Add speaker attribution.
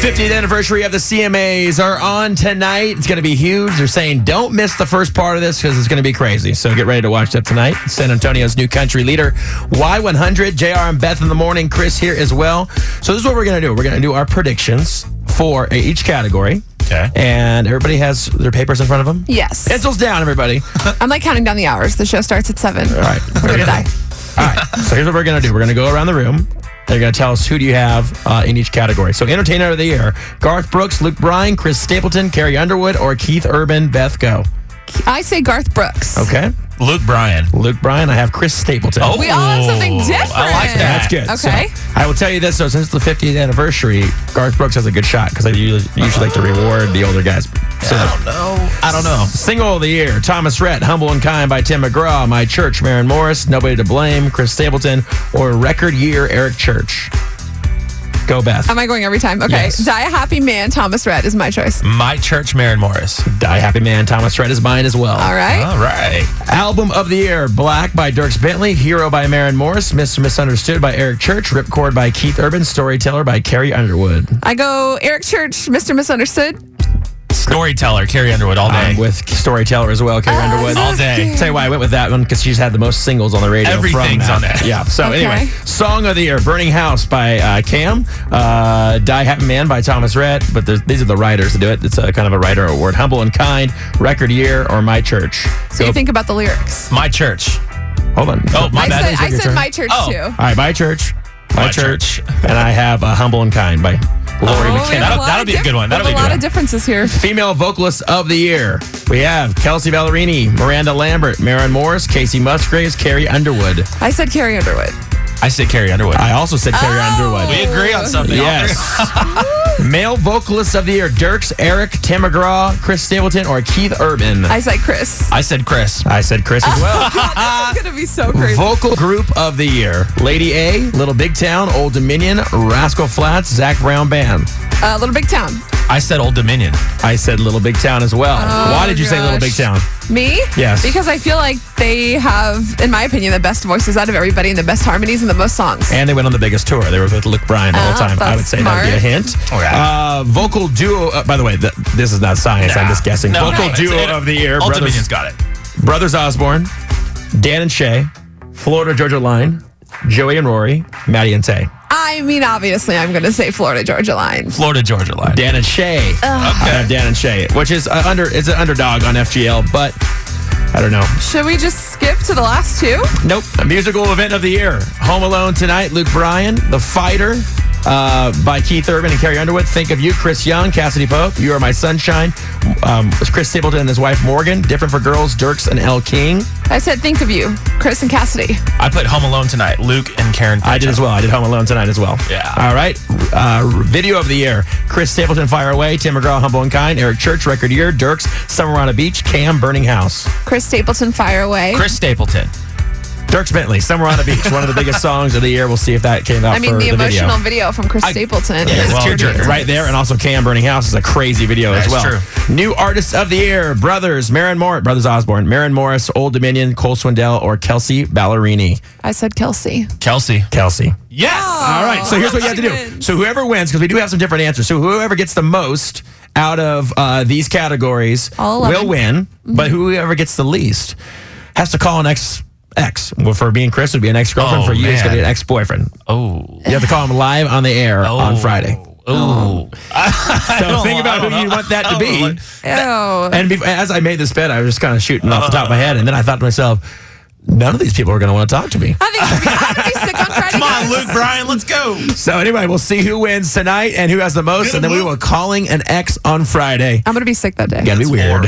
Speaker 1: 50th anniversary of the CMAs are on tonight. It's going to be huge. They're saying don't miss the first part of this because it's going to be crazy. So get ready to watch that tonight. San Antonio's new country leader, Y100, JR and Beth in the morning, Chris here as well. So this is what we're going to do. We're going to do our predictions for each category.
Speaker 2: Okay.
Speaker 1: And everybody has their papers in front of them.
Speaker 3: Yes.
Speaker 1: Pencils down, everybody.
Speaker 3: I'm like counting down the hours. The show starts at seven.
Speaker 1: All right.
Speaker 3: We're gonna die.
Speaker 1: All right. So here's what we're gonna do. We're gonna go around the room. They're gonna tell us who do you have uh, in each category. So entertainer of the year: Garth Brooks, Luke Bryan, Chris Stapleton, Carrie Underwood, or Keith Urban. Beth, go.
Speaker 3: I say Garth Brooks.
Speaker 1: Okay.
Speaker 2: Luke Bryan.
Speaker 1: Luke Bryan. I have Chris Stapleton.
Speaker 2: Oh.
Speaker 3: We all have something
Speaker 2: Ooh, I
Speaker 3: different.
Speaker 2: like that.
Speaker 1: That's good. So,
Speaker 3: Okay.
Speaker 1: I will tell you this though, since it's the 50th anniversary, Garth Brooks has a good shot because I usually, usually like to reward the older guys. So,
Speaker 2: I don't know. I don't know.
Speaker 1: Single of the year, Thomas Rhett, Humble and Kind by Tim McGraw, My Church, Maren Morris, Nobody to Blame, Chris Stapleton, or Record Year, Eric Church. Go, Beth.
Speaker 3: Am I going every time? Okay.
Speaker 1: Yes.
Speaker 3: Die a happy man. Thomas Red is my choice.
Speaker 2: My church, Marin Morris.
Speaker 1: Die Happy Man, Thomas Rhett is mine as well.
Speaker 3: All right.
Speaker 2: All right.
Speaker 1: Album of the year, Black by Dirks Bentley, Hero by Maren Morris, Mr. Misunderstood by Eric Church, Ripcord by Keith Urban, Storyteller by Carrie Underwood.
Speaker 3: I go Eric Church, Mr. Misunderstood.
Speaker 2: Storyteller, Carrie Underwood all day.
Speaker 1: I'm with Storyteller as well, Carrie
Speaker 3: Uh,
Speaker 1: Underwood.
Speaker 2: All day.
Speaker 1: Tell you why I went with that one because she's had the most singles on the radio. from
Speaker 2: Everything's
Speaker 1: that.
Speaker 2: on that.
Speaker 1: Yeah. So
Speaker 3: Okay.
Speaker 1: anyway, song of the year, "Burning House" by uh, Cam, uh, "Die Happy Man" by Thomas Rhett. But there's- these are the writers that do it. It's a kind of a writer award. "Humble and Kind," "Record Year," or "My Church."
Speaker 3: So you think about the lyrics.
Speaker 2: My church.
Speaker 1: Hold on.
Speaker 2: Oh, my
Speaker 3: I
Speaker 2: bad.
Speaker 3: said, I
Speaker 1: your
Speaker 3: said
Speaker 1: turn.
Speaker 3: my church
Speaker 2: Oh.
Speaker 3: too.
Speaker 1: All right, "My Church," "My,
Speaker 2: My
Speaker 1: Church,",
Speaker 2: Church.
Speaker 1: and I have uh, "Humble and Kind" by Lori
Speaker 3: Oh, we
Speaker 1: McKenna.
Speaker 3: have
Speaker 2: That'll-
Speaker 3: lot
Speaker 2: that'll
Speaker 3: of
Speaker 2: be a good one.
Speaker 3: we have
Speaker 2: That'll be a
Speaker 3: a
Speaker 2: good
Speaker 3: lot
Speaker 2: one.
Speaker 3: of differences here.
Speaker 1: Female Vocalist of the Year. We have Kelsey Ballerini, Miranda Lambert, Maren Morris, Casey Musgraves, Carrie Underwood.
Speaker 3: I said Carrie Underwood.
Speaker 2: I say Carrie Underwood.
Speaker 1: I also said Carrie
Speaker 3: Oh.
Speaker 1: Underwood.
Speaker 2: we agree on something.
Speaker 1: Yes. Male vocalist of the year: Dirks, Eric, Tim McGraw, Chris Stapleton, or Keith Urban. I,
Speaker 3: I Oh, said Chris.
Speaker 2: I said Chris.
Speaker 1: said Chris as well.
Speaker 3: God, this is gonna be so crazy.
Speaker 1: Vocal group of the year: Lady A, Little Big Town, Old Dominion, Rascal Flats, Zach Brown Band.
Speaker 3: Uh, Little Big Town.
Speaker 2: I said Old Dominion.
Speaker 1: I said Little Big Town as well.
Speaker 3: Oh,
Speaker 1: Why did you say
Speaker 3: gosh.
Speaker 1: Little Big Town?
Speaker 3: Me?
Speaker 1: Yes.
Speaker 3: Because I feel like they have, in my opinion, the best voices out of everybody and the best harmonies and the most songs.
Speaker 1: And they went on the biggest tour. They were with Luke Bryan the whole
Speaker 3: Oh,
Speaker 1: time. I
Speaker 3: that's
Speaker 1: would say that'd be a
Speaker 3: smart.
Speaker 1: hint.
Speaker 2: Okay.
Speaker 1: Uh, vocal duo. Uh, by the way, th- this is not science. I'm
Speaker 2: Nah.
Speaker 1: just guessing.
Speaker 2: No,
Speaker 1: vocal
Speaker 2: no, it's-
Speaker 1: duo
Speaker 2: it-
Speaker 1: of the year.
Speaker 2: Old
Speaker 1: Brothers,
Speaker 2: Dominion's got it.
Speaker 1: Brothers Osborne, Dan and Shay, Florida Georgia Line, Joey and Rory, Maddie and Tay.
Speaker 3: I mean, obviously, I'm going to say Florida Georgia Line.
Speaker 2: Florida Georgia line.
Speaker 1: Dan and Shay. I have Dan and Shay, which is uh, under it's an underdog on FGL, but I don't know.
Speaker 3: Should we just skip to the last two?
Speaker 1: Nope. A musical event of the year: Home Alone tonight. Luke Bryan, The Fighter. Uh, by Keith Urban and Carrie Underwood. Think of you, Chris Young, Cassidy Pope. You are my sunshine. Um, Chris Stapleton and his wife Morgan. Different for girls, Dirks and L. King.
Speaker 3: I said, think of you, Chris and Cassidy.
Speaker 2: I put Home Alone tonight. Luke and Karen.
Speaker 1: I did as well. I did Home Alone tonight as well.
Speaker 2: Yeah.
Speaker 1: All right. Uh, video of the year: Chris Stapleton, Fire Away; Tim McGraw, Humble and Kind; Eric Church, Record Year; Dirks, Summer on a Beach; Cam, Burning House;
Speaker 3: Chris Stapleton, Fire Away.
Speaker 2: Chris Stapleton.
Speaker 1: Dirks Bentley, Summer on a Beach. one of the biggest songs of the year. We'll see if that came out.
Speaker 3: I mean,
Speaker 1: for
Speaker 3: the,
Speaker 1: the,
Speaker 3: emotional
Speaker 1: video.
Speaker 3: video, from Chris Stapleton.
Speaker 2: Yeah,
Speaker 3: is
Speaker 2: well,
Speaker 3: tearjerker.
Speaker 2: dude,
Speaker 1: Right there, and also Cam Burning House is a crazy video as
Speaker 2: That's
Speaker 1: well.
Speaker 2: true.
Speaker 1: New artist of the year: Brothers, Marin Morris, Brothers Osborne, Marin Morris, Old Dominion, Cole Swindell, or Kelsey Ballerini.
Speaker 3: I said Kelsey.
Speaker 2: Kelsey.
Speaker 1: Kelsey.
Speaker 2: Yes.
Speaker 1: All right. So here's what you have to
Speaker 3: She
Speaker 1: do.
Speaker 3: wins.
Speaker 1: So whoever wins, because we do have some different answers. So whoever gets the most out of uh, these categories
Speaker 3: All
Speaker 1: will
Speaker 3: 11.
Speaker 1: win. But whoever gets the least has to call an ex ex. Well, for me and Chris, it'd be an ex girlfriend.
Speaker 2: Oh,
Speaker 1: for you, it's gonna be
Speaker 2: man.
Speaker 1: an ex boyfriend.
Speaker 2: Oh.
Speaker 1: You have to call him live on the air on Friday.
Speaker 2: Oh.
Speaker 1: So
Speaker 2: don't-
Speaker 1: think
Speaker 2: I
Speaker 1: about who
Speaker 2: don't know.
Speaker 1: you want that
Speaker 2: I
Speaker 1: to
Speaker 2: don't
Speaker 1: be.
Speaker 2: know.
Speaker 3: Ew.
Speaker 1: And bef- as I made this bet, I was just kind of shooting off the top of my head, and then I thought to myself, none of these people are going to want to talk to me.
Speaker 3: I think I'm gonna be sick on Friday.
Speaker 2: Come on,
Speaker 3: night.
Speaker 2: Luke Bryan. Let's go.
Speaker 1: So anyway, we'll see who wins tonight and who has the most, and then we will calling an X on Friday.
Speaker 3: I'm going to be sick that day.
Speaker 1: Gotta be weird.